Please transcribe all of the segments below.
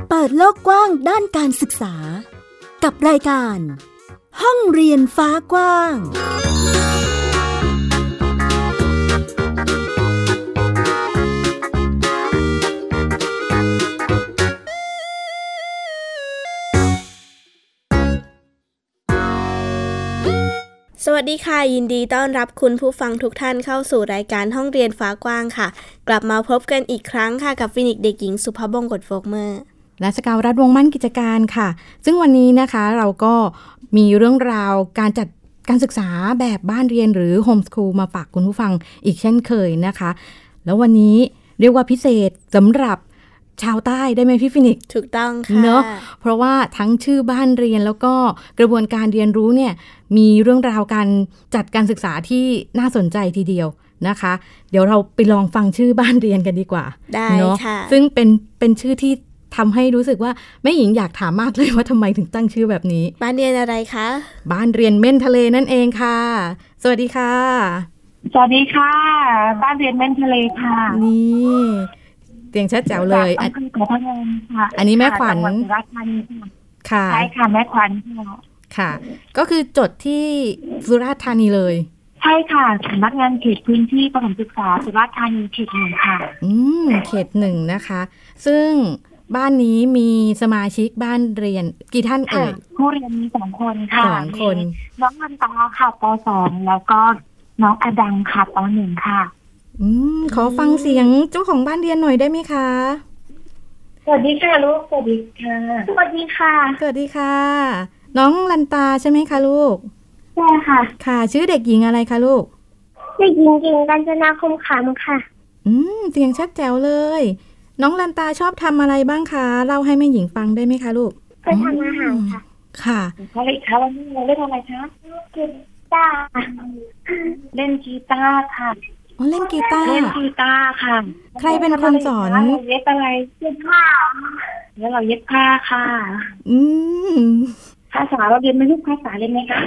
กว้างด้านการศึกษา กับรายการ ห้องเรียนฟ้ากว้าง สวัสดีค่ะ ยินดีต้อนรับคุณผู้ฟังทุกท่านเข้าสู่รายการห้องเรียนฟ้ากว้างค่ะ กลับมาพบกันอีกครั้งค่ะ กับฟินิกเด็กหญิงสุภาพบงกตโฟกเมอร์ และสกาวรัฐวงศ์มั่นกิจการค่ะ ซึ่งวันนี้นะคะเราก็มีเรื่องราวการจัดการศึกษาแบบบ้านเรียนหรือโฮมสคูลมาฝากคุณผู้ฟังอีกเช่นเคยนะคะ แล้ววันนี้เรียกว่าพิเศษสำหรับชาวใต้ได้ไหมพี่ฟินิกซ์ ถูกต้องค่ะ เนอะเพราะว่าทั้งชื่อบ้านเรียนแล้วก็กระบวนการเรียนรู้เนี่ยมีเรื่องราวการจัดการศึกษาที่น่าสนใจทีเดียวนะคะ เดี๋ยวเราไปลองฟังชื่อบ้านเรียนกันดีกว่า ได้ เนอ ค่ะ ซึ่งเป็นเป็นชื่อที่ทำให้รู้สึกว่าแม่หญิงอยากถามมากเลยว่าทำไมถึงตั้งชื่อแบบนี้ บ้านเรียนอะไรคะ บ้านเรียนเม่นทะเลนั่นเองค่ะ สวัสดีค่ะ สวัสดีค่ะ บ้านเรียนเม่นทะเลค่ะ นี่เตียงชัดแจ๋วเลยอัน จากอำเภอขอพระเงินค่ะ อันนี้แม่ขวัญ จังหดสุราษฎร์ธานีค่ะ ค่ะ ใช่ค่ะแม่ขวัญค่ะ ค่ะ ก็คือจดที่สุราษฎร์ธานีเลย ใช่ค่ะสำนักงานเขตพื้นที่ประถมศึกษาสุราษฎร์ธานีเขตหนึ่งค่ะ อืมเขตหนึ่งนะคะ ซึ่งบ้านนี้มีสมาชิกบ้านเรียนกี่ท่านเอ่ย ผู้เรียนมีสองคนค่ะ สองคน มีน้องมันตาค่ะปสองแล้วก็น้องอดังค่ะปหนึ่งค่ะ อืมขอฟังเสียงเจ้าของบ้านเรียนหน่อยได้ไหมคะ สวัสดีค่ะลูกสวัสดีค่ะ สวัสดีค่ะ สวัสดีค่ะ น้องลันตาใช่ไหมคะลูก ใช่ค่ะ ค่ะ ชื่อเด็กหญิงอะไรคะลูก เด็กหญิงกิ่งกัญจนาคมขำค่ะ อืมเสียงชัดแจ๋วเลย น้องลันตาชอบทำอะไรบ้างคะเล่าให้แม่หญิงฟังได้ไหมคะลูก ก็ทำอาหารค่ะ ค่ะ เขาเลยคะวันนี้เราเล่นอะไรคะ กินจ้าค่ะ เล่นกีตาร์ค่ะ อ๋อเล่นกีตาร์ เล่นกีตาร์ค่ะ ใครเป็นคนสอน เราเย็บอะไร กินข้าว แล้วเราเย็บผ้าค่ะ อืม ภาษาเราเรียนไหม่รู้ภาษาเรียนไหมคะ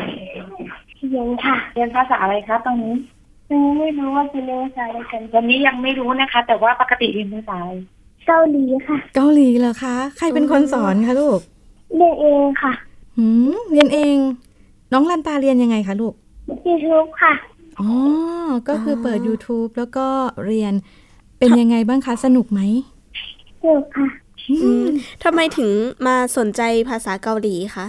เพียงค่ะ เรียนภาษาอะไรคะตรงนี้ ยังไม่รู้ว่าจะเรียนภาษาอะไรกัน วันนี้ยังไม่รู้นะคะ แต่ว่าปกติเรียนภาษาอะไร เกาหลีค่ะ เกาหลีเหรอคะ ใครเป็นคนสอนคะลูก เรียนเองค่ะ หืมเรียนเอง น้องลันตาเรียนยังไงคะลูก ยูทูบค่ะ อ๋อ ก็คือเปิด YouTube แล้วก็เรียนเป็นยังไงบ้างคะ สนุกไหม เกิดค่ะ อืมทำไมถึงมาสนใจภาษาเกาหลีคะ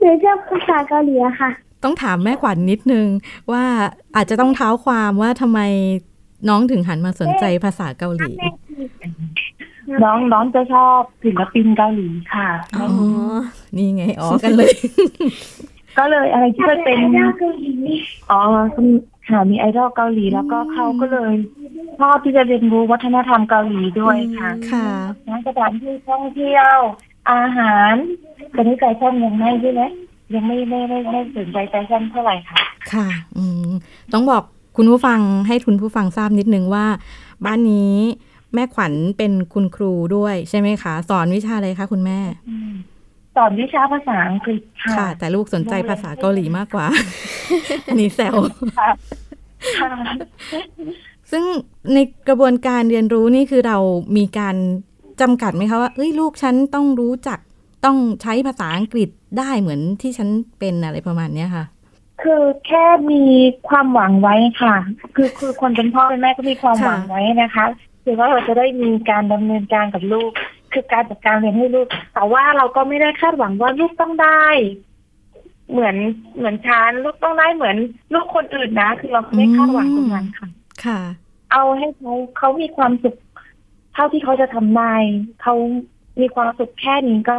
หนูชอบภาษาเกาหลีอะค่ะ ต้องถามแม่ขวัญนิดนึง ว่าอาจจะต้องเท้าความว่าทำไมน้องถึงหันมาสนใจภาษาเกาหลี น้องน้องจะชอบศิลปินเกาหลีค่ะ อ๋อ อ๋อ นี่ไงอ๋อกัน เลย ก็เลยอะไรที่มันเป็น ไอดอลเกาหลี อ๋อคุณค่ะมีไอดอลเกาหลีแล้วก็เขาก็เลยชอบที่จะเรียนรู้วัฒนธรรมเกาหลีด้วยค่ะ ค่ะ นะสถานที่ท่องเที่ยว อาหารตอนนี้แฟชั่นยังไม่ใช่ไหมยังไม่ไม่ไม่ไม่สนใจแฟชั่นเท่าไหร่ค่ะ ค่ะอืมต้องบอกคุณผู้ฟังให้คุณผู้ฟังทราบนิดนึงว่า บ้านนี้แม่ขวัญเป็นคุณครูด้วยใช่ไหมคะ สอนวิชาอะไรคะคุณแม่ สอนวิชาภาษาอังกฤษค่ะ ค่ะ แต่ลูกสนใจภาษาเกาหลีมากกว่า อันนี้แซว ค่ะค่ะ ซึ่งในกระบวนการเรียนรู้นี่คือเรามีการจำกัดไหมคะว่าเอ้ยลูกฉันต้องรู้จักต้องใช้ภาษาอังกฤษได้เหมือนที่ฉันเป็นอะไรประมาณเนี้ยค่ะ คือแค่มีความหวังไว้ค่ะ คือคือคนเป็นพ่อเป็นแม่ก็มีความหวังไว้นะคะคือว่าเราจะได้มีการดำเนินการกับลูก คือการจัดการเรียนให้ลูก แต่ว่าเราก็ไม่ได้คาดหวังว่าลูกต้องได้ เหมือนเหมือนชานลูกต้องได้เหมือน ลูกคนอื่นนะ คือเราไม่คาดหวังตรงนั้นค่ะ ค่ะ เอาให้เขาเขามีความสุขเท่าที่เขาจะทำได้เขามีความสุขแค่นี้ก็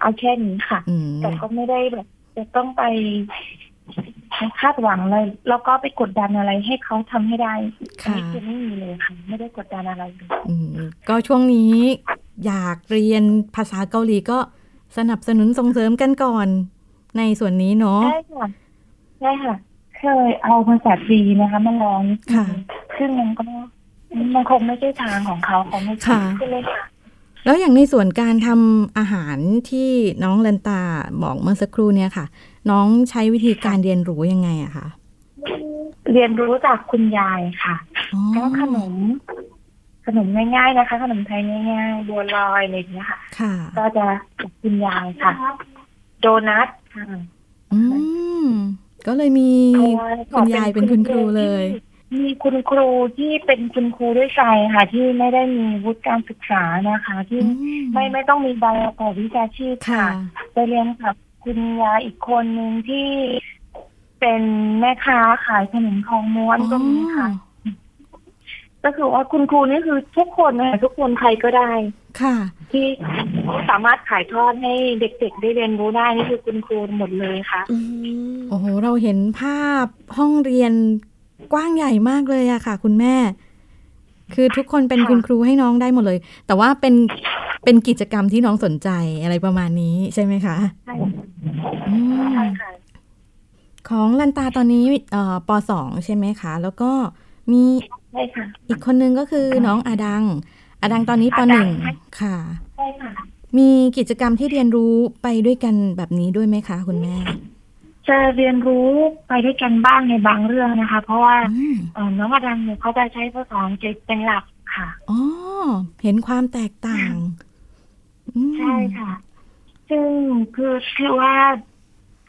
เอาแค่นี้ค่ะ อืม แต่ก็ไม่ได้แบบจะต้องไปคาดหวังเลย แล้วก็ไปกดดันอะไรให้เขาทำให้ได้อัน ค่ะ นี้คือไม่มีเลยค่ะ ไม่ได้กดดันอะไรเลย อืมก็ช่วงนี้อยากเรียนภาษาเกาหลีก็สนับสนุนส่งเสริมกันก่อน ในส่วนนี้เนาะ ใช่ค่ะใช่ค่ะ เคยเอาภาษาจีนนะคะมาลอง ค่ะ ซึ่งมันก็มันคงไม่ใช่ทางของเขาเขาไม่ ค่ะ ใช่เลยค่ะ แล้วอย่างในส่วนการทำอาหารที่น้องลันตาบอกเมื่อสักครู่เนี่ยค่ะ น้องใช้วิธีการเรียนรู้ยังไงอะคะ เรียนรู้จากคุณยายค่ะ อ๋อ แล้วขนม ขนมง่าย ๆนะคะ ขนมไทยง่ายๆบัวลอยอะไรอย่างเงี้ยค่ะ ค่ะ ก็จะกับคุณยายค่ะ โดนัทค่ะ อืม ก็เลยมีคุณยายเป็นคุณครูเลย มีคุณครูที่เป็นคุณครูด้วยใจค่ะ ที่ไม่ได้มีวุฒิการศึกษานะคะ ที่ อื ไม่ไม่ต้องมีใบประกอบวิชาชีพ ค่ะ ค่ะไปเรียนกับคุณยายอีกคนหนึ่งที่เป็นแม่ค้าขายขนมทองม้วนก็มีค่ะ ก็คือว่าคุณครูนี่คือทุกคนนะคะทุกคนใครก็ได้ ค่ะ ที่สามารถขายทอดให้เด็กๆ ได้เรียนรู้ได้นี่คือคุณครูหมดเลยค่ะ อืม โอ้โห เราเห็นภาพห้องเรียนกว้างใหญ่มากเลยอะค่ะ คุณแม่ คือทุกคนเป็น ค่ะ คุณครูให้น้องได้หมดเลย แต่ว่าเป็นเป็นกิจกรรมที่น้องสนใจอะไรประมาณนี้ใช่ไหมคะ ใช่ อืม ใช่ค่ะ ของลันตาตอนนี้เอ่อปสองใช่ไหมคะ แล้วก็มี ใช่ค่ะ อีกคนนึงก็คือน้องอาดัง อาดังตอนนี้ปหนึ่ง อาดัง ค่ะ ใช่ค่ะ มีกิจกรรมที่เรียนรู้ไปด้วยกันแบบนี้ด้วยไหมคะ คุณแม่ จะเรียนรู้ไปด้วยกันบ้างในบางเรื่องนะคะ เพราะว่า อืม เอ่อน้องอดังเนี่ยเขาจะใช้ภาษาอังกฤษเป็นหลักค่ะ อ๋อ เห็นความแตกต่างอืม ใช่ค่ะ ซึ่งคือคือว่า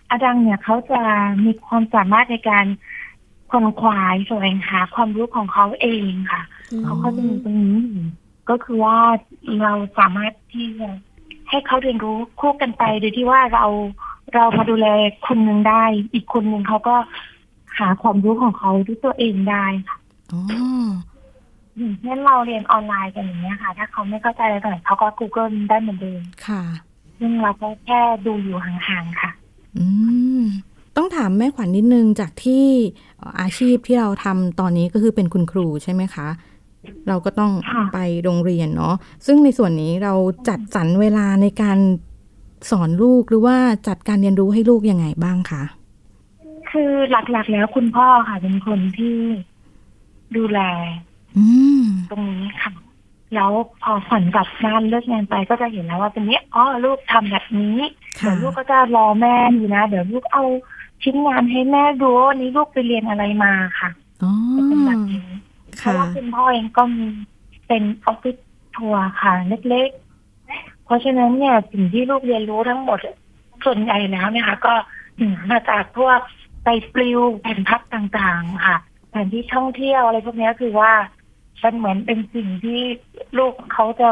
อดังเนี่ยเขาจะมีความสามารถในการค้นคว้าแสวงหาความรู้ของเขาเองค่ะ เขาก็จะมีตรงนี้อยู่ก็คือว่าเราสามารถที่จะให้เขาเรียนรู้คู่กันไปโดยที่ว่าเราเรามาดูแลคนหนึ่งได้ อีกคนหนึ่งเขาก็หาความรู้ของเขาด้วยตัวเองได้ค่ะ อ๋อ อย่างเช่นเราเรียนออนไลน์กันอย่างเงี้ยค่ะ ถ้าเขาไม่เข้าใจอะไรตรงไหนเขาก็ Google ได้เหมือนเดิม ค่ะ ซึ่งเราก็แค่ดูอยู่ห่างๆค่ะ อืม ต้องถามแม่ขวัญนิดนึงจากที่เอ่ออาชีพที่เราทำตอนนี้ก็คือเป็นคุณครูใช่ไหมคะ เราก็ต้อง ค่ะ ไปโรงเรียนเนาะ ซึ่งในส่วนนี้เราจัดสรรเวลาในการสอนลูกหรือว่าจัดการเรียนรู้ให้ลูกยังไงบ้างคะ คือหลักๆแล้วคุณพ่อค่ะ เป็นคนที่ดูแล อืม ตรงนี้ค่ะ แล้วพอฝันกลับบ้านเลิกงานไปก็จะเห็นแล้วว่าเป็นเนี้ยอ๋อลูกทำแบบนี้เดี๋ ค่ะ ยวลูกก็จะรอแม่อยู่นะ เดี๋ยวลูกเอาชิ้นงานให้แม่ดูว่าวันนี้ลูกไปเรียนอะไรมาค่ะ อ๋อ จะเป็นแบบนี้เพราะ ค่ะ ว่าคุณพ่อเองก็มีเป็นออฟฟิศทัวร์ค่ะ เล็กๆ เพราะฉะนั้นเนี่ยสิ่งที่ลูกเรียนรู้ทั้งหมด ส่วนใหญ่แล้วเนี่ยค่ะ ก็หามาจากพวกไปปลิวแผ่นพับต่างๆ ค่ะแผนที่ท่องเที่ยวอะไรพวกเนี้ยคือว่ามันเหมือนเป็นสิ่งที่ลูกเขาจะ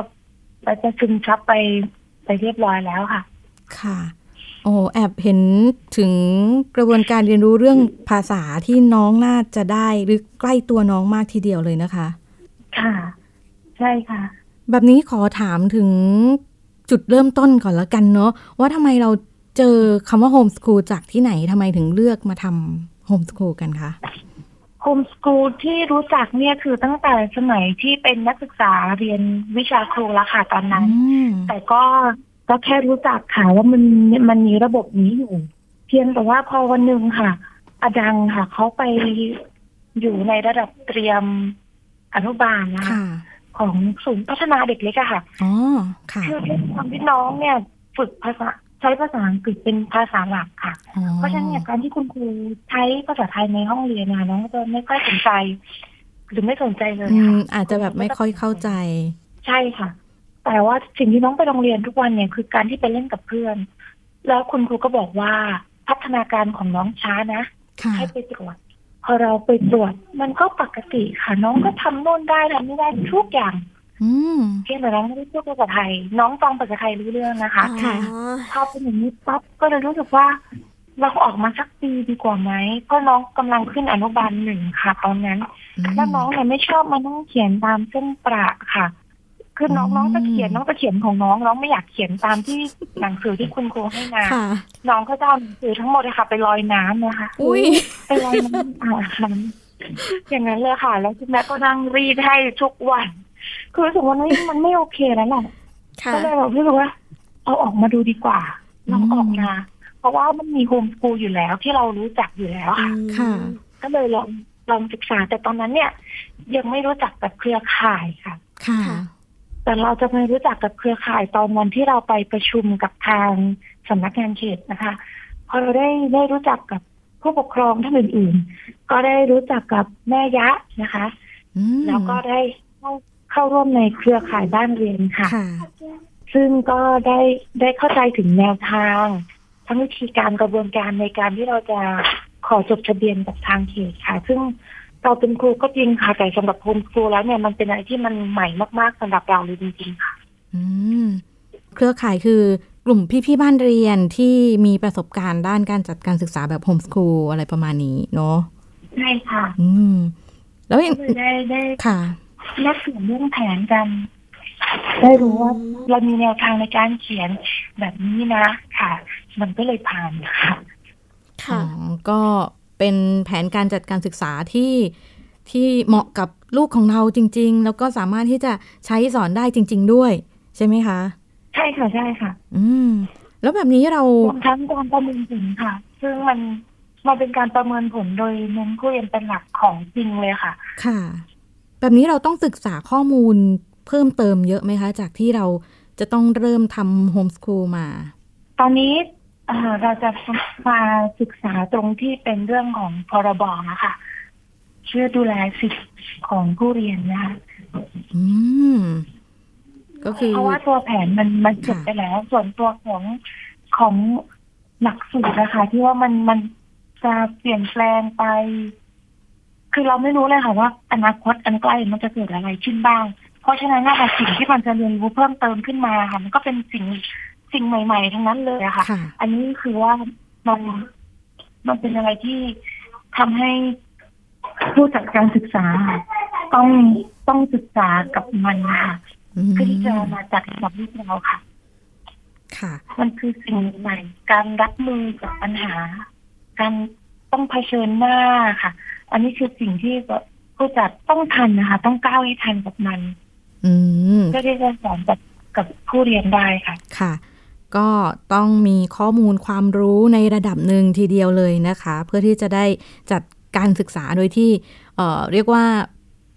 มันจะซึมซับไปไปเรียบร้อยแล้วค่ะ ค่ะ โอ้แอบเห็นถึงกระบวนการเรียนรู้เรื่องภาษาที่น้องน่าจะได้หรือใกล้ตัวน้องมากทีเดียวเลยนะคะ ค่ะ ใช่ค่ะ แบบนี้ขอถามถึงจุดเริ่มต้นก่อนละกันเนาะว่าทำไมเราเจอคำว่าโฮมส o ูลจากที่ไหนทำไมถึงเลือกมาทำโฮมส o ูลกันคะ โฮมสกูลที่รู้จักเนี่ยคือตั้งแต่สมัยที่เป็นนักศึกษาเรียนวิชาครูแล้วค่ะตอน อื นั้น ม แต่ก็ก็แค่รู้จักค่ะว่ามันมันมีระบบนี้อยู่ เพียงแต่ว่าพอวันหนึ่งค่ะ อาดังค่ะเขาไปอยู่ในระดับเตรียมอนุบาลนะคะ ค่ะ ของศูนย์พัฒนาเด็กเล็กอะค่ะ อ๋อ ค่ะ คือด้วยความที่น้องเนี่ยฝึกภาษาใช้ภาษาอังกฤษเป็นภาษาหลักค่ะ อ๋อ เพราะฉะนั้นเนี่ยการที่คุณครูใช้ภาษาไทยในห้องเรียนนะน้องจะไม่ค่อยสนใจ หรือไม่สนใจเลย อื ค่ะ มอาจจะแบบไม่ค่อยเข้าใจ ใช่ค่ะ แต่ว่าสิ่งที่น้องไปโรงเรียนทุกวันเนี่ยคือการที่ไปเล่นกับเพื่อน แล้วคุณครูก็บอกว่าพัฒนาการของน้องช้านะ ค่ะ ให้ไปตรวจ พอเราไปตรวจมันก็ปกติค่ะ น้องก็ทำโน่นได้ทำนี่ได้ทุกอย่าง อืม เพียงแต่น้องไม่ได้พูดภาษาไทย น้องฟังภาษาไทยรู้เรื่องนะคะ อ๋อ พอเป็นอย่างนี้ปั๊บก็เลยรู้สึกว่า เราออกมาสักปีดีกว่าไหมเพราะน้องกำลังขึ้นอนุบาลหนึ่งค่ะ ตอนนั้น แล้วน้องเนี่ยไม่ชอบมานั่งเขียนตามเส้นประค่ะ คือน้อง อืม น้องจะเขียนน้องจะเขียนของน้องน้องไม่อยากเขียนตามที่หนังสือที่คุณครูให้มา ค่ะ น้องก็จะเอาหนังสือทั้งหมดเลยค่ะ ไปลอยน้ำนะคะ อุ้ย ไปลอยน้ำอ่าน้ำอย่างนั้นเลยค่ะ แล้วคุณแม่ก็นั่งรีดให้ทุกวัน คือรู้สึกว่านี่มันไม่โอเคแล้วแหละ ค่ะ ก็เลยแบบรู้สึกว่าเอาออกมาดูดีกว่าลองออกมา เพราะว่ามันมีโฮมสกูลอยู่แล้วที่เรารู้จักอยู่แล้วค่ะ ค่ะ ก็เลยลองลองศึกษาแต่ตอนนั้นเนี่ย ยังไม่รู้จักกับเครือข่ายค่ะ ค่ะ ค่ะ แต่เราจะไปรู้จักกับเครือข่ายตอนวันที่เราไปประชุมกับทางสำนักงานเขตนะคะพอเราได้ได้รู้จักกับผู้ปกครองท่านอื่น ๆ ก็ได้รู้จักกับแม่ยะนะคะ อืม แล้วก็ได้เข้า เข้าร่วมในเครือข่ายบ้านเรียนค่ะ ค่ะ ซึ่งก็ได้ได้เข้าใจถึงแนวทาง ทั้งวิธีการกระบวนการในการที่เราจะขอจดทะเบียนกับทางเขตค่ะ ซึ่งเราเป็นครูก็จริงค่ะแต่สำหรับคุณครูแล้วเนี่ยมันเป็นอะไรที่มันใหม่มากๆสำหรับเราเลยจริงๆค่ะ อืมเครือข่ายคือกลุ่มพี่ๆบ้านเรียนที่มีประสบการณ์ด้านการจัดการศึกษาแบบโฮมสคูลอะไรประมาณนี้เนาะ ใช่ค่ะ อืม แล้วอย่าง ก็เลยได้ได้ ค่ะ แลกเปลี่ยนเรื่องแผนกัน ได้รู้ว่าเรามีแนวทางในการเขียนแบบนี้นะค่ะ มันก็เลยผ่านค่ะ ค่ะ อ๋อก็เป็นแผนการจัดการศึกษาที่ที่เหมาะกับลูกของเราจริง ๆ แล้วก็สามารถที่จะใช้สอนได้จริง ๆ ด้วย ใช่ไหมคะ ใช่ค่ะใช่ค่ะ อืม แล้วแบบนี้เรา รวมทั้งการประเมินผลค่ะ ซึ่งมันมันเป็นการประเมินผลโดยเน้นผู้เรียนเป็นหลักของจริงเลยค่ะ ค่ะ แบบนี้เราต้องศึกษาข้อมูลเพิ่มเติมเยอะไหมคะ จากที่เราจะต้องเริ่มทำโฮมสคูลมา ตอนนี้เอ่อเราจะมาศึกษาตรงที่เป็นเรื่องของพรบนะคะเชื่อดูแลสิทธิ์ของผู้เรียนนะคะ อืม ก็คือ เพราะว่าตัวแผนมันมันจบไปแล้ว ส่วนตัวของของหลักสูตรนะคะ ที่ว่ามันมันจะเปลี่ยนแปลงไป คือเราไม่รู้เลยค่ะว่าอนาคตอันใกล้มันจะเกิดอะไรขึ้นบ้าง เพราะฉะนั้นนะคะสิ่งที่มันจะเรียนรู้เพิ่มเติมขึ้นมาค่ะมันก็เป็นสิ่งสิ่งใหม่ ๆ ทั้งนั้นเลยอะค่ะ ค่ะ อันนี้คือว่ามันมันเป็นอะไรที่ทำให้ผู้จัดการศึกษา ต้องต้องศึกษากับมันค่ะ อืม เพื่อที่จะมาจัดระดับลูกเราค่ะ ค่ะ มันคือสิ่งใหม่การรับมือกับปัญหา การต้องเผชิญหน้าค่ะ อันนี้คือสิ่งที่แบบผู้จัดต้องทันนะคะ ต้องก้าวให้ทันกับมัน อืม เพื่อที่จะสอนกับกับผู้เรียนได้ค่ะ ค่ะ ก็ต้องมีข้อมูลความรู้ในระดับหนึ่งทีเดียวเลยนะคะ เพื่อที่จะได้จัดการศึกษาโดยที่เอ่อเรียกว่า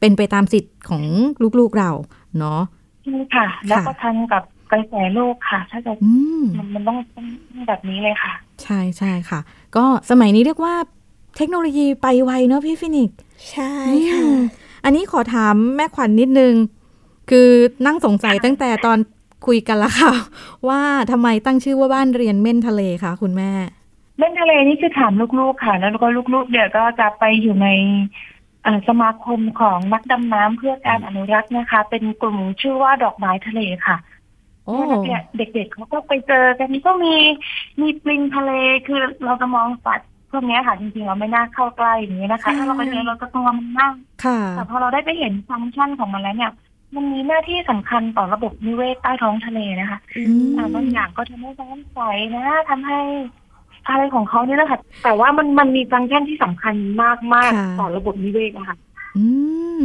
เป็นไปตามสิทธิ์ของลูกๆเราเนาะ ใช่ค่ะ แล้วก็ทันกับกระแสโลกค่ะ ถ้าจะ อืม มันมันต้องต้องแบบนี้เลยค่ะ ใช่ใช่ค่ะ ก็สมัยนี้เรียกว่าเทคโนโลยีไปไวเนาะพี่ฟินิกซ์ ใช่ อื ค่ะ มอันนี้ขอถามแม่ขวัญนิดนึง คือนั่งสงสัยตั้งแต่ตอนคุยกันละค่ะ ว่าทำไมตั้งชื่อว่าบ้านเรียนเม่นทะเลคะคุณแม่ เล่นทะเลนี่คือถามลูกๆค่ะ แล้วก็ลูกๆเดี๋ยวก็จะไปอยู่ในเอ่อสมาคมของนักดำน้ำเพื่อการอนุรักษ์นะคะ เป็นกลุ่มชื่อว่าดอกไม้ทะเลค่ะ โอ้ เนี่ยเด็กๆเขาก็ไปเจอกันก็มีมีปลิงทะเลคือเราจะมองสัตว์พวกเนี้ยค่ะจริงๆเราไม่น่าเข้าใกล้อย่างนี้นะคะ ถ้าเราไปเจอเราจะกลัวมันมาก ค่ะ แต่พอเราได้ไปเห็นฟังก์ชันของมันแล้วเนี่ย มันมีหน้าที่สำคัญต่อระบบนิเวศใต้ท้องทะเลนะคะ อ่าบางอย่างก็ทำให้น้ำใสนะทำให้อะไรของเขาเนี่ยนะคะแต่ว่ามันมันมีฟังก์ชันที่สำคัญมากมากๆ ค่ะ ต่อระบบนิเวศนะคะ อืม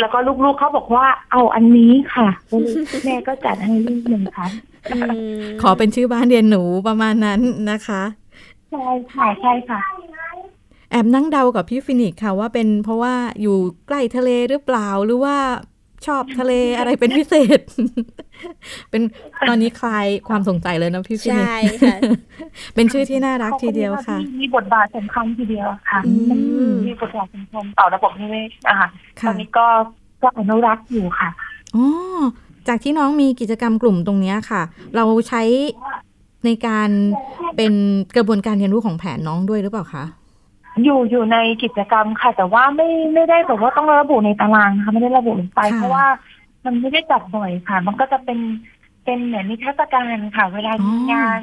แล้วก็ลูกๆเขาบอกว่าเอาอันนี้ค่ะ แม่ก็จัดให้ลูกหนึ่งครั้ง ขอเป็นชื่อบ้านเรียนหนูประมาณนั้นนะคะ ใช่ค่ะใช่ค่ะ แอบนั่งเดากับพี่ฟินิกส์ค่ะว่าเป็นเพราะว่าอยู่ใกล้ทะเลหรือเปล่าหรือว่าชอบทะเลอะไรเป็นพิเศษ เป็นตอนนี้คลายความสงสัยเลยนะพี่ฟินิก ใช่ ส์ ค่ะ เป็นชื่อที่น่ารักทีเดียวค่ะ มีบทบาทสำคัญทีเดียวค่ะ อืม มีบทบาทสำคัญต่อระบบนิเวศนะคะต ค่ะ อนนี้ก็ก็อนุรักษ์อยู่ค่ะ อ๋อ จากที่น้องมีกิจกรรมกลุ่มตรงเนี้ยค่ะ เราใช้ในการเป็นกระบวนการเรียนรู้ของแผนน้องด้วยหรือเปล่าคะ อยู่อยู่ในกิจกรรมค่ะ แต่ว่าไม่ไม่ได้แบบว่าต้องระบุในตารางนะคะไม่ได้ระบุลงไป ค่ะ เพราะว่ามันไม่ได้จัดบ่อยค่ะ มันก็จะเป็นเป็นเหมือนนิทรรศการค่ะ เวลามีงาน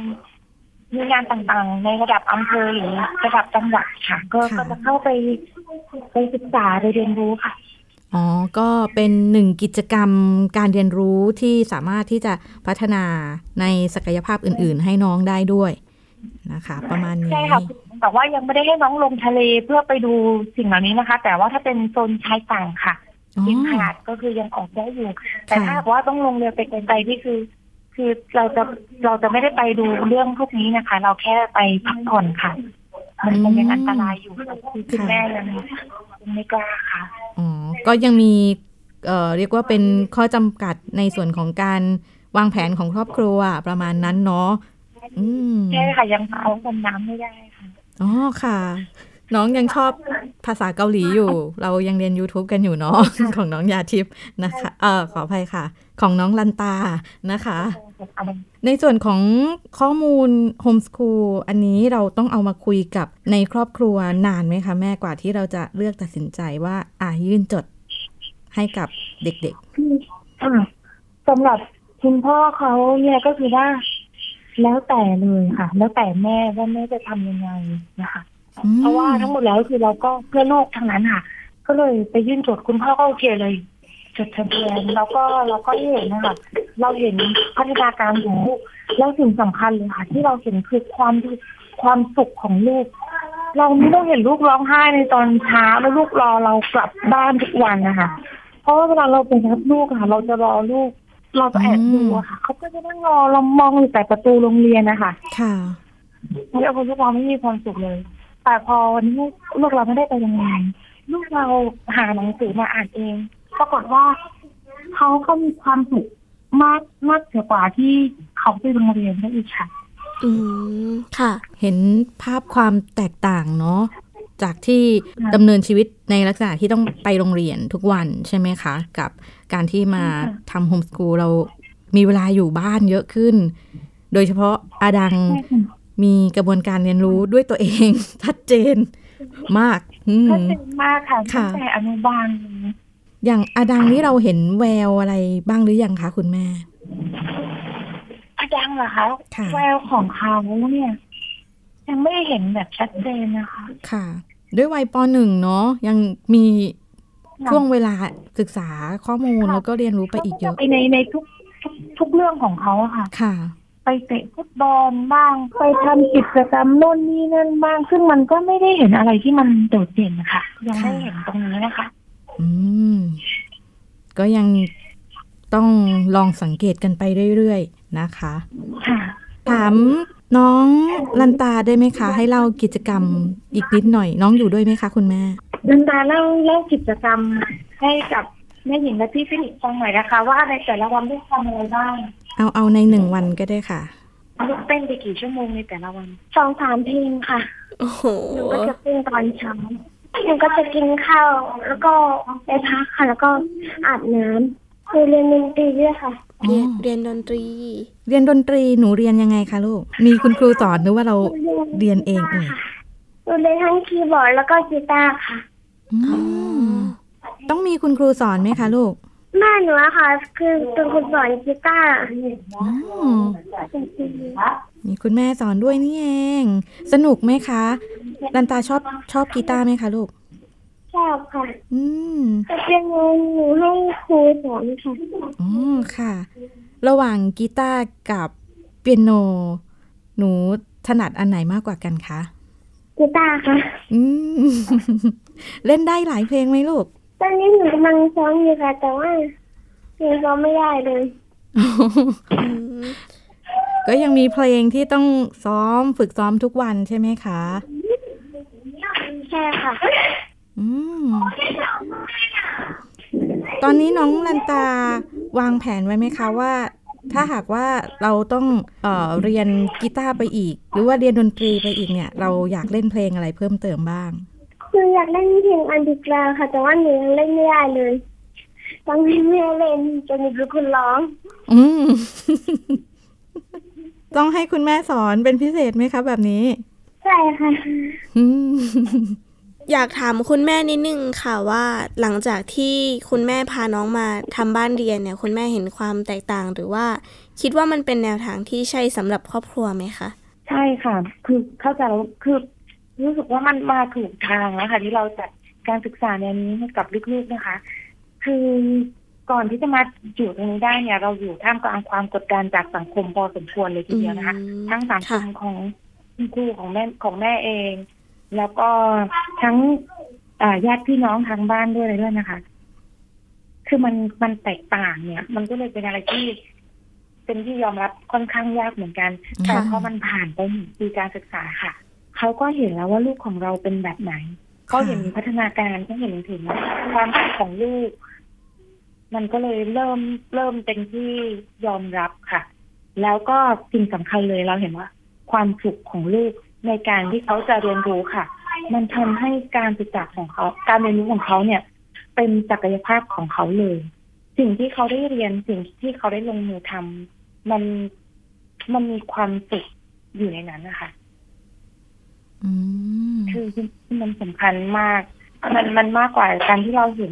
มีงานต่างๆ ในระดับอำเภอหรือระดับจังหวัดค่ะ ก็ก็จะเข้าไปไปศึกษาไปเรียนรู้ค่ะ อ๋อ ก็เป็นหนึ่งกิจกรรมการเรียนรู้ที่สามารถที่จะพัฒนาในศักยภาพอื่น ๆ ให้น้องได้ด้วยนะคะ ประมาณนี้ ใช่ค่ะแต่ว่ายังไม่ได้ให้น้องลงทะเลเพื่อไปดูสิ่งเหล่านี้นะคะ แต่ว่าถ้าเป็นโซนชายฝั่งค่ะ ริมหาดก็คือยังออกได้อยู่ แต่ ค่ะ ถ้าหากว่าต้องลงเรือไปไกลๆนี่คือ คือเราจะเราจะไม่ได้ไปดูเรื่องพวกนี้นะคะ เราแค่ไปพักผ่อนค่ะ มันมันยังอันตรายอยู่ค่ะคือคุณแม่ยังยังไม่กล้าค่ะ อ๋อ ก็ยังมี เอ่อ เรียกว่าเป็นข้อจำกัดในส่วนของการวางแผนของครอบครัวประมาณนั้นเนาะอืม ใช่ค่ะยังเอาดำน้ำไม่ได้ค่ะ อ๋อค่ะ น้องยังชอบภาษาเกาหลีอยู่ เรายังเรียน YouTube กันอยู่เนาะ ของน้องยาทิพย์นะคะ เออขออภัยค่ะ ของน้องลันตานะคะ อะไร ในส่วนของข้อมูลโฮมส o ูลอันนี้เราต้องเอามาคุยกับในครอบครัวนานไหมคะแม่กว่าที่เราจะเลือกตัดสินใจว่าอ่ายื่นจดให้กับเด็ก อ่ะสำหรับคุณพ่อเขาเนี่ยก็คือว่าแล้วแต่เลยค่ะ แล้วแต่แม่ว่าแม่จะทำยังไงนะคะ ๆอืม เพราะว่าทั้งหมดแล้วคือเราก็เพื่อลูกทั้งนั้นค่ะ ก็เลยไปยื่นจดคุณพ่อก็โอเคเลยจดทะเบียนแล้วก็เราก็เห็นนะคะเราเห็นพัฒนาการของลูกแล้วสิ่งสำคัญเลยค่ะ ที่เราเห็นคือความความสุขของลูก เราไม่ต้องเห็นลูกร้องไห้ในตอนเช้าแล้วลูกรอเรากลับบ้านทุกวันนะคะเพราะว่าเวลาเราไปรับลูกอะค่ะ เราจะรอลูก เราจะแอบดูอะค่ะเขาก็จะนั่งรอเรามองอยู่แต่ประตูโรงเรียนนะคะ ค่ะ เดี๋ยวคุณลูกเราไม่มีความสุขเลย แต่พอวันนี้ลูกเราไม่ได้ไปโรงเรียนลูกเราหาหนังสือมาอ่านเอง ปรากฏว่าเขาก็มีความสุขมากมากเสียกว่าที่เขาไปโรงเรียนได้อีกค่ะ อืมค่ะ เห็นภาพความแตกต่างเนาะจากที่ ค่ะ ดำเนินชีวิตในลักษณะที่ต้องไปโรงเรียนทุกวันใช่ไหมคะ กับการที่มา ใช่ค่ะ ทำโฮมส o ูลเรามีเวลาอยู่บ้านเยอะขึ้น โดยเฉพาะอาดัง ใช่ค่ะ มีกระบวนการเรียนรู้ด้วยตัวเอง ชัดเจนมากอืม ชัดเจนมากค่ะ ค่ะ ตั้งแต่อนุบาลเลย อย่างอาดังนี้เราเห็นแววอะไรบ้างหรือยังคะคุณแม่ อาจารย์เหรอคะ ค่ะ แววของเขาเนี่ย ยังไม่ได้เห็นแบบชัดเจนนะคะ ค่ะ ด้วยวัยปหนึ่งเนาะยังมีช่วงเวลาศึกษาข้อมูล ค่ะ แล้วก็เรียนรู้ไปอีกเยอะ ไปในในทุกทุกทุกเรื่องของเขาอะค่ะ ค่ะ ไปเตะฟุตบอลบ้าง ไปทำกิจกรรมโน่นนี่นั่นบ้าง ซึ่งมันก็ไม่ได้เห็นอะไรที่มันโดดเด่นนะคะยังไม่เห็นตรงนี้นะคะ อืม ก็ยังต้องลองสังเกตกันไปเรื่อยๆนะคะ ค่ะ ถามน้องลันตาได้ไหมคะ ให้เล่ากิจกรรมอีกนิดหน่อย น้องอยู่ด้วยไหมคะคุณแม่ ดันดาเล่าเล่ากิจกรรมให้กับแม่หญิงและพี่ฟินิกฟังหน่อยนะคะ ว่าในแต่ละวันได้ทำอะไรบ้าง เอาเอาในหนึ่งวันก็ได้ค่ะ ลูกเต้นไปกี่ชั่วโมงในแต่ละวัน สองสามเพลงค่ะ โอ้โห หนูก็จะเป็นตอนเช้าหนูก็จะกินข้าวแล้วก็ไปพักค่ะ แล้วก็อาบน้ำหนูเรียนดนตรีด้วยค่ะ เรียนเรียนดนตรี เรียนดนตรีหนูเรียนยังไงคะลูก มีคุณครูสอนหรือว่าเราเรียนเองเอง หนูเรียนทั้งคีย์บอร์ดแล้วก็กีตาร์ค่ะ อืมต้องมีคุณครูสอนไหมคะลูก แม่หนูอะค่ะ คือเป็นคนสอนกีตาร์ อ๋อมีคุณแม่สอนด้วยนี่เอง สนุกไหมคะลันตาชอบชอบกีตาร์ไหมคะลูก ชอบค่ะ อืม แต่เป็นเงินหนูให้ครูสอนค่ะ อ๋อค่ะ ระหว่างกีตาร์กับเปียโน หนูถนัดอันไหนมากกว่ากันคะ กีตาร์ค่ะ อืม เล่นได้หลายเพลงไหมลูก ตอนนี้หนูกำลังซ้อมอยู่ค่ะ แต่ว่าหนูซ้อมไม่ได้เลย ก็ยังมีเพลงที่ต้องซ้อมฝึกซ้อมทุกวันใช่ไหมคะ ใช่ค่ะ อืม ตอนนี้น้องลันตาวางแผนไว้ไหมคะว่า ถ้าหากว่าเราต้องเออเรียนกีตาร์ไปอีก หรือว่าเรียนดนตรีไปอีกเนี่ย เราอยากเล่นเพลงอะไรเพิ่มเติมบ้าง หนูอยากเล่นเพลงอันดิกราค่ะ แต่ว่าหนูยังเล่นไม่ได้เลยตอนนี้แม่เล่นจนหนูเป็นคนร้อง อืม ต้องให้คุณแม่สอนเป็นพิเศษไหมคะแบบนี้ ใช่ค่ะ อืม อยากถามคุณแม่นิดนึงค่ะว่าหลังจากที่คุณแม่พาน้องมาทำบ้านเรียนเนี่ย คุณแม่เห็นความแตกต่างหรือว่า คิดว่ามันเป็นแนวทางที่ใช่สำหรับครอบครัวไหมคะ ใช่ค่ะ คือเข้าใจแล้วคือรู้สึกว่ามันมาถูกทางแล้วค่ะ ที่เราจัดการศึกษาในวนี้ให้กับลูกๆนะคะ คือก่อนที่จะมาอยู่ตรงนี้ได้เนี่ย เราอยู่ท่ามกลางความกดดันจากสังคมพอสมควรเลยทีเดียวนะคะ อืม ทั้งสังค ค่ะ มของคุณครูของแม่ของแม่เอง แล้วก็ทั้งอ่าญาติพี่น้องทางบ้านด้วยอะไรด้วยนะคะ คือมันมันแตกต่างเนี่ย มันก็เลยเป็นอะไรที่ เป็นที่ยอมรับค่อนข้างยากเหมือนกัน แต่ ค่ะ พอมันผ่านไปหนึ่งปีการศึกษาค่ะ เขาก็เห็นแล้วว่าลูกของเราเป็นแบบไหน เขาเห็นพัฒนาการเขาเห็นถึงความสุขของลูก มันก็เลยเริ่มเริ่มเป็นที่ยอมรับค่ะ แล้วก็สิ่งสำคัญเลยเราเห็นว่า ความสุขของลูกในการที่เขาจะเรียนรู้ค่ะ มันทำให้การศึกษาของเขา การเรียนรู้ของเขาเนี่ย เป็นศักยภาพของเขาเลย สิ่งที่เขาได้เรียนสิ่งที่เขาได้ลงมือทำมันมันมีความสุขอยู่ในนั้นนะคะ อืม คือมันสำคัญมาก มันมันมากกว่าการที่เราเห็น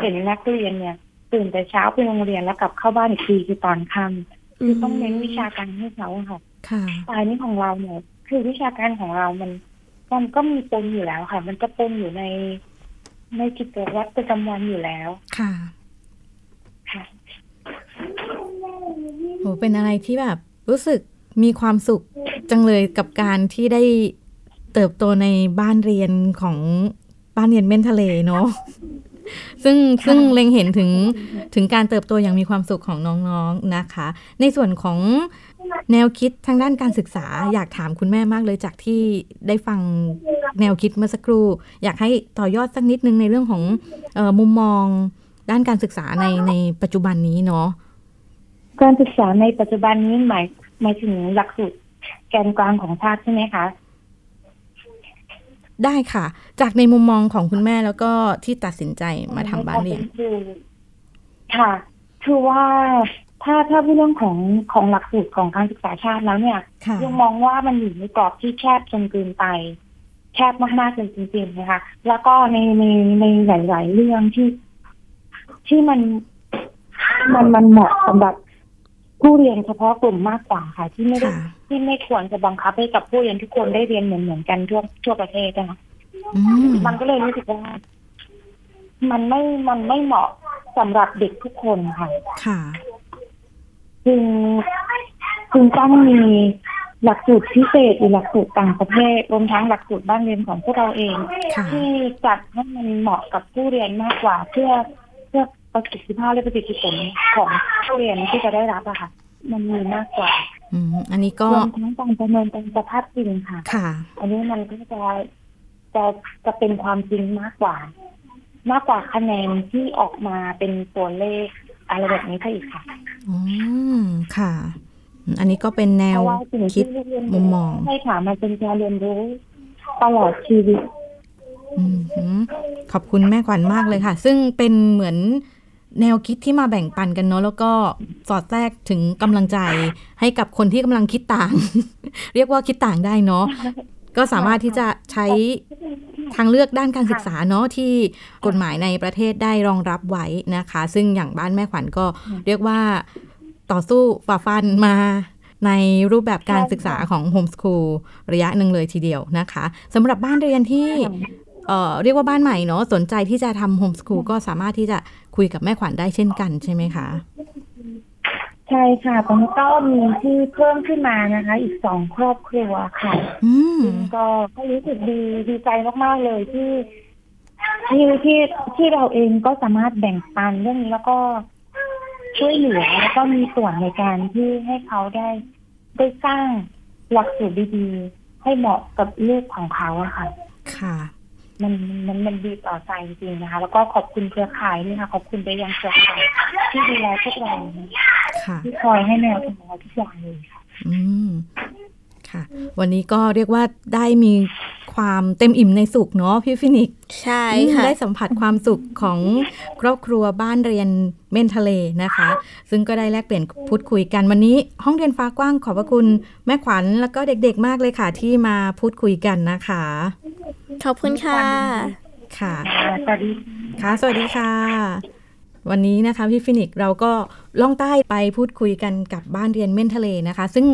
เห็นนักเรียนเนี่ยตื่นแต่เช้าไปโรงเรียนแล้วกลับเข้าบ้านอีกทีคือตอนค่ำต้องเน้นวิชาการให้เขาอะค่ะ ค่ะ สายนี้ของเราเนี่ยคือวิชาการของเรามันมันก็มีปมอยู่แล้วค่ะ มันจะปมอยู่ในในกิจวัตรประจำวันอยู่แล้ว ค่ะ ค่ะ โห เป็นอะไรที่แบบ รู้สึกมีความสุขจังเลยกับการที่ได้เติบโตในบ้านเรียนของบ้านเรียนเม่นทะเลเนาะ ซึ่งซึ่งเล็งเห็นถึงถึงการเติบโตอย่างมีความสุขของน้องๆนะคะ ในส่วนของแนวคิดทางด้านการศึกษา อยากถามคุณแม่มากเลยจากที่ได้ฟังแนวคิดเมื่อสักครู่ อยากให้ต่อยอดสักนิดนึงในเรื่องของเออมุมมองด้านการศึกษาในในปัจจุบันนี้เนาะ การศึกษาในปัจจุบันนี้หมายหมายถึงหลักสูตรแกนกลางของชาติใช่ไหมคะ ได้ค่ะ จากในมุมมองของคุณแม่แล้วก็ที่ตัดสินใจมาทำบ้านเรียน คือค่ะ คือว่าถ้าถ้าพูดเรื่องของของหลักสูตรของการศึกษาชาติแล้วเนี่ย ค่ะ ยังมองว่ามันอยู่ในกรอบที่แคบจนเกินไป แคบมากๆเลยจริงๆนะคะ แล้วก็ในในในหลาย ๆ เรื่องที่ ที่มันมันมันเหมาะสำหรับผู้เรียนเฉพาะกลุ่มมากกว่าค่ะ ที่ไม่ได้ ค่ะ ที่ไม่ควรจะบังคับให้กับผู้เรียนทุกคนได้เรียนเหมือนเหมือนๆกันทั่วทั่วประเทศนะคะ อืม มันก็เลยรู้สึกว่ามันไม่ มันไม่เหมาะสำหรับเด็กทุกคนค่ะ ค่ะ จึงจึงต้องมีหลักสูตรพิเศษหรือหลักสูตรต่างประเทศรวมทั้งหลักสูตรบ้านเรียนของพวกเราเอง ค่ะ ที่จัดให้มันเหมาะกับผู้เรียนมากกว่า เพื่อเพื่อประสิทธิภาพและประสิทธิผลของผู้เรียนที่จะได้รับอะค่ะ มันมีมากกว่า อืม อันนี้ก็ รวมทั้งการประเมินตามสภาพจริงค่ะ ค่ะ อันนี้มันก็จะจะจะเป็นความจริงมากกว่า มากกว่าคะแนนที่ออกมาเป็นตัวเลขอะไรแบบนี้ค่ะอีกค่ะ อืม ค่ะอืมอันนี้ก็เป็นแน เพ ว ราะว่าสิ่ง คิ ที่ ด เรียน มุมมอง ให้ถามมาเป็นการเรียนรู้ตลอดชีวิต อืมหืมขอบคุณแม่ขวัญมากเลยค่ะ ซึ่งเป็นเหมือนแนวคิดที่มาแบ่งปันกันเนาะแล้วก็สอดแทรกถึงกำลังใจให้กับคนที่กำลังคิดต่าง เรียกว่าคิดต่างได้ เนาะก็สามารถที่จะใช้ทางเลือกด้านการศึกษาเนาะที่กฎหมายในประเทศได้รองรับไว้นะคะ ซึ่งอย่างบ้านแม่ขวัญก็เรียกว่าต่อสู้ฝ่าฟันมาในรูปแบบการศึกษาของโฮมสคูลระยะหนึ่งเลยทีเดียวนะคะสำหรับบ้านเรียนที่ เอ่อเรียกว่าบ้านใหม่เนาะสนใจที่จะทำโฮมส o ูลก็สามารถที่จะคุยกับแม่ขวัญได้เช่นกันใช่ไหมคะ ใช่ค่ะตอนนี้ก็มีที่เพิ่มขึ้นมานะคะ อีกสองครอบครัวค่ะ อืม ก็ก็รู้สึกดีดีใจมาก ๆ เลยที่ที่ที่ที่เราเองก็สามารถแบ่งปันเรื่องนี้แล้วก็ช่วยเหลือแล้วก็มีส่วนในการที่ให้เขาได้ได้สร้างหลักสูตรดีๆ ให้เหมาะกับลูกของเขาอะค่ะ ค่ะ มันมันมันดีต่อใจจริงๆนะคะ แล้วก็ขอบคุณเครือข่ายด้วยค่ะขอบคุณไปยังเครือข่ายที่ดูแลพวกเรา ค่ะ ที่คอยให้แนวทางเราทุกอย่างเลยค่ะ อืม ค่ะ วันนี้ก็เรียกว่าได้มีความเต็มอิ่มในสุขเนาะพี่ฟินิกซ์ ใช่ค่ะ ได้สัมผัสความสุขของครอบครัวบ้านเรียนเม่นทะเลนะคะ ซึ่งก็ได้แลกเปลี่ยนพูดคุยกันวันนี้ ห้องเรียนฟ้ากว้างขอบพระคุณแม่ขวัญแล้วก็เด็กๆมากเลยค่ะ ที่มาพูดคุยกันนะคะ ขอบคุณค่ะ ค่ะ สวัสดี ค่ะ สวัสดีค่ะ วันนี้นะคะพี่ฟินิกส์เราก็ล่องใต้ไปพูดคุยกันกับบ้านเรียนเม่นทะเลนะคะ ซึ่ง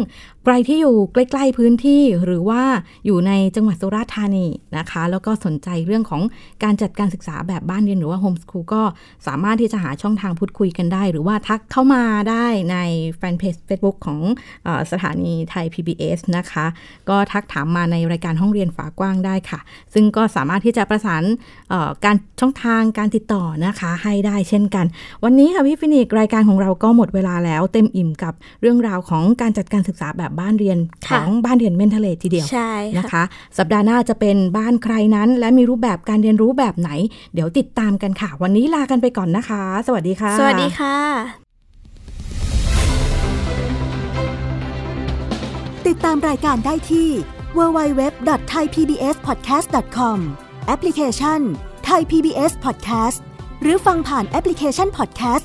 ใครที่อยู่ใกล้ ๆพื้นที่หรือว่าอยู่ในจังหวัดสุราษฎร์ธานีนะคะ แล้วก็สนใจเรื่องของการจัดการศึกษาแบบบ้านเรียนหรือว่าโฮมสคูลก็สามารถที่จะหาช่องทางพูดคุยกันได้ หรือว่าทักเข้ามาได้ในแฟนเพจ Facebook ของเออสถานีไทย PBS นะคะ ก็ทักถามมาในรายการห้องเรียนฝากว้างได้ค่ะ ซึ่งก็สามารถที่จะประสาน เอ่อการช่องทางการติดต่อนะคะให้ได้เช่นกัน วันนี้ค่ะพี่ฟินิกรายการของเราก็หมดเวลาแล้วเต็มอิ่มกับเรื่องราวของการจัดการศึกษาแบบบ้านเรียนข ค่ะ องบ้านเรียนเมนเทเลทีเดียว ใช่ นะ ค่ะ คะ สัปดาห์หน้าจะเป็นบ้านใครนั้น และมีรูปแบบการเรียนรู้แบบไหน เดี๋ยวติดตามกันค่ะ วันนี้ลากันไปก่อนนะคะ สวัสดีค่ะ สวัสดีค่ะ ติดตามรายการได้ที่ www.thaipbspodcast.com แอปพลิเคชัน Thai PBS Podcast หรือฟังผ่านแอปพลิเคชัน Podcast